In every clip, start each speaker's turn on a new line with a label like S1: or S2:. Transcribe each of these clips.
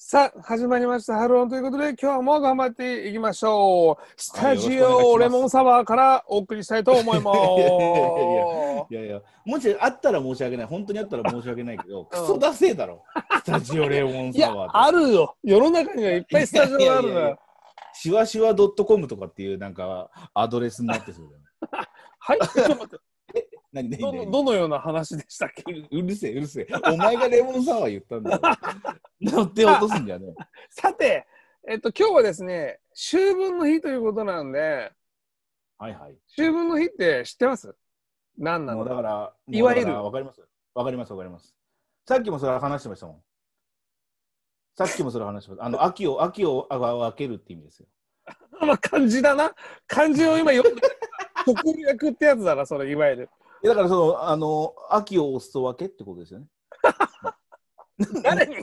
S1: さあ、始まりました。ハローンということで、今日も頑張っていきましょう。スタジオレモンサワーからお送りしたいと思いま
S2: いやいや、もしあったら申し訳ない。本当にあったら申し訳ないけど、クソダセえだろ。スタジオレモン
S1: す。いや
S2: サワ、ー
S1: あるよ。世の中にはいっぱいスタジオがあるの
S2: いやいやい
S1: よ
S2: や。シワシワ .com とかっていうなんかアドレスになってそうだよね。
S1: はい、ちょっと待って
S2: 何何
S1: ど
S2: 何
S1: のどのような話でしたっけ
S2: うるせえうるせえ。お前がレモンサワー言ったんだよ。乗って落とすんじゃねえ。
S1: さて、えっと、今日はですね、秋分の日ということなんで、
S2: はいはい。
S1: 秋分の日って知ってます何な
S2: も
S1: の
S2: うだから、もう
S1: いわゆる
S2: だからわかります。わかりますわかります。さっきもそれ話してましたもん。さっきもそれ話してました。あの、秋を、秋をあ分けるって意味ですよ。
S1: まあ、漢字だな。漢字を今読んでる。 特略ってやつだな、それ、いわゆる。
S2: いやだからその、あの、秋をお裾分けってことですよね。
S1: 誰に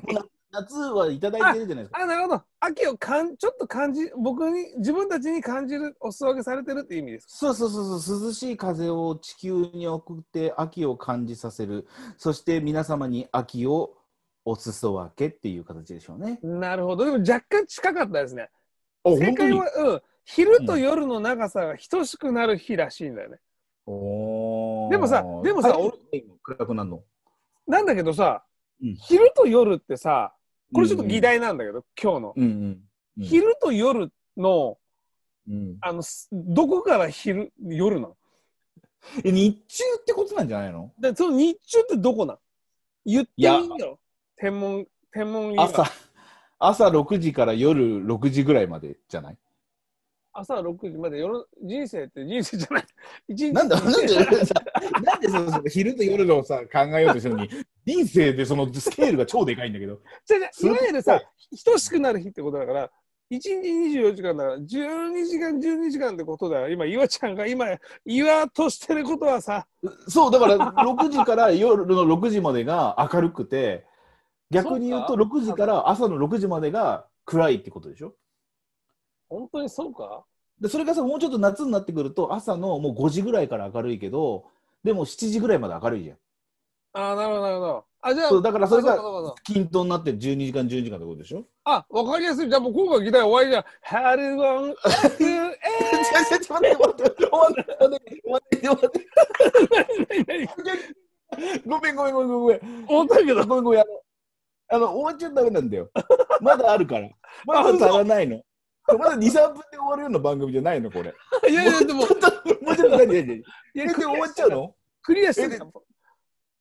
S2: 夏はいただいてるじゃないですか。
S1: あ、なるほど。秋をかん、ちょっと感じ、僕に、自分たちに感じる、お裾分けされてるって意味です。
S2: そうそうそうそう涼しい風を地球に送って秋を感じさせるそして皆様に秋をお裾分けっていう形でしょうね。
S1: なるほど。でも若干近かったですね。
S2: あ
S1: 正解は、うん。昼と夜の長さが等しくなる日らしいんだよね。
S2: おー
S1: でもさでもさ
S2: 太陽が暗くなるの。
S1: なんだけどさ、
S2: うん
S1: 昼と夜ってさ、これちょっと議題なんだけど、今日の。
S2: うんうん。うん
S1: 昼と夜の、
S2: うん、
S1: あの、すどこから昼、夜なの
S2: え日中ってことなんじゃないの
S1: で、その日中ってどこなん言っていいんだろ天文、天文以外
S2: 朝朝6時から夜6時ぐらいまでじゃない
S1: 朝6時まで夜人生って人生じゃない 一日
S2: なんだなんでさなんでそのその昼と夜のさ考えようとしてるのに人生でそのスケールが超でかいんだけど。
S1: じゃじゃいわゆるさ
S2: そ
S1: 等しくなる日ってことだから1日24時間だから12時間12時間ってことだよ今岩ちゃんが今言わとしてることはさ
S2: そうだから6時から夜の6時までが明るくて逆に言う
S1: そ
S2: と
S1: う
S2: 6時から朝の6時までが暗いってことでしょ
S1: 本当にそうか
S2: でそれがさもうちょっと夏になってくると朝のもう5時ぐらいから明るいけどでも7時ぐらいまで明るいじゃん
S1: ああなるほどなるほどあじゃあ
S2: そうだからそれ
S1: あ
S2: が
S1: そうかそうか
S2: 均等になって12時間12時間ってことでしょ
S1: あわかりやすいじゃあもう今回議題終わりじゃん「ハルゴン F
S2: ちょちょちょ待って待って待って待って待って待ってごめんごめんごめんごめん
S1: 思ったけど
S2: ごめんごめんあのあの終わっちゃダメなんだよまだあるからまだ足らないのまだ23分で終わるような番組じゃないのこれ
S1: いやいやでも
S2: ちょっともうちょっと何何何
S1: い
S2: え
S1: や
S2: で終わっちゃうの
S1: クリアしてた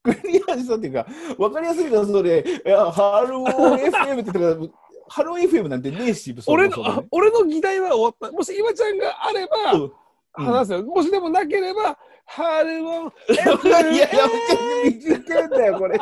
S2: クリアしたっていうか分かりやすいなそれいやハロー FM って言ったらハロー FM なんてねえしそ
S1: 俺
S2: もそも
S1: の、あ
S2: ね
S1: 俺の議題は終わった。もし今ちゃんがあれば、
S2: うん
S1: 話すよ。もしでもなければ、ハルモン。
S2: いやいやめちゃくちゃ短いんだよこれ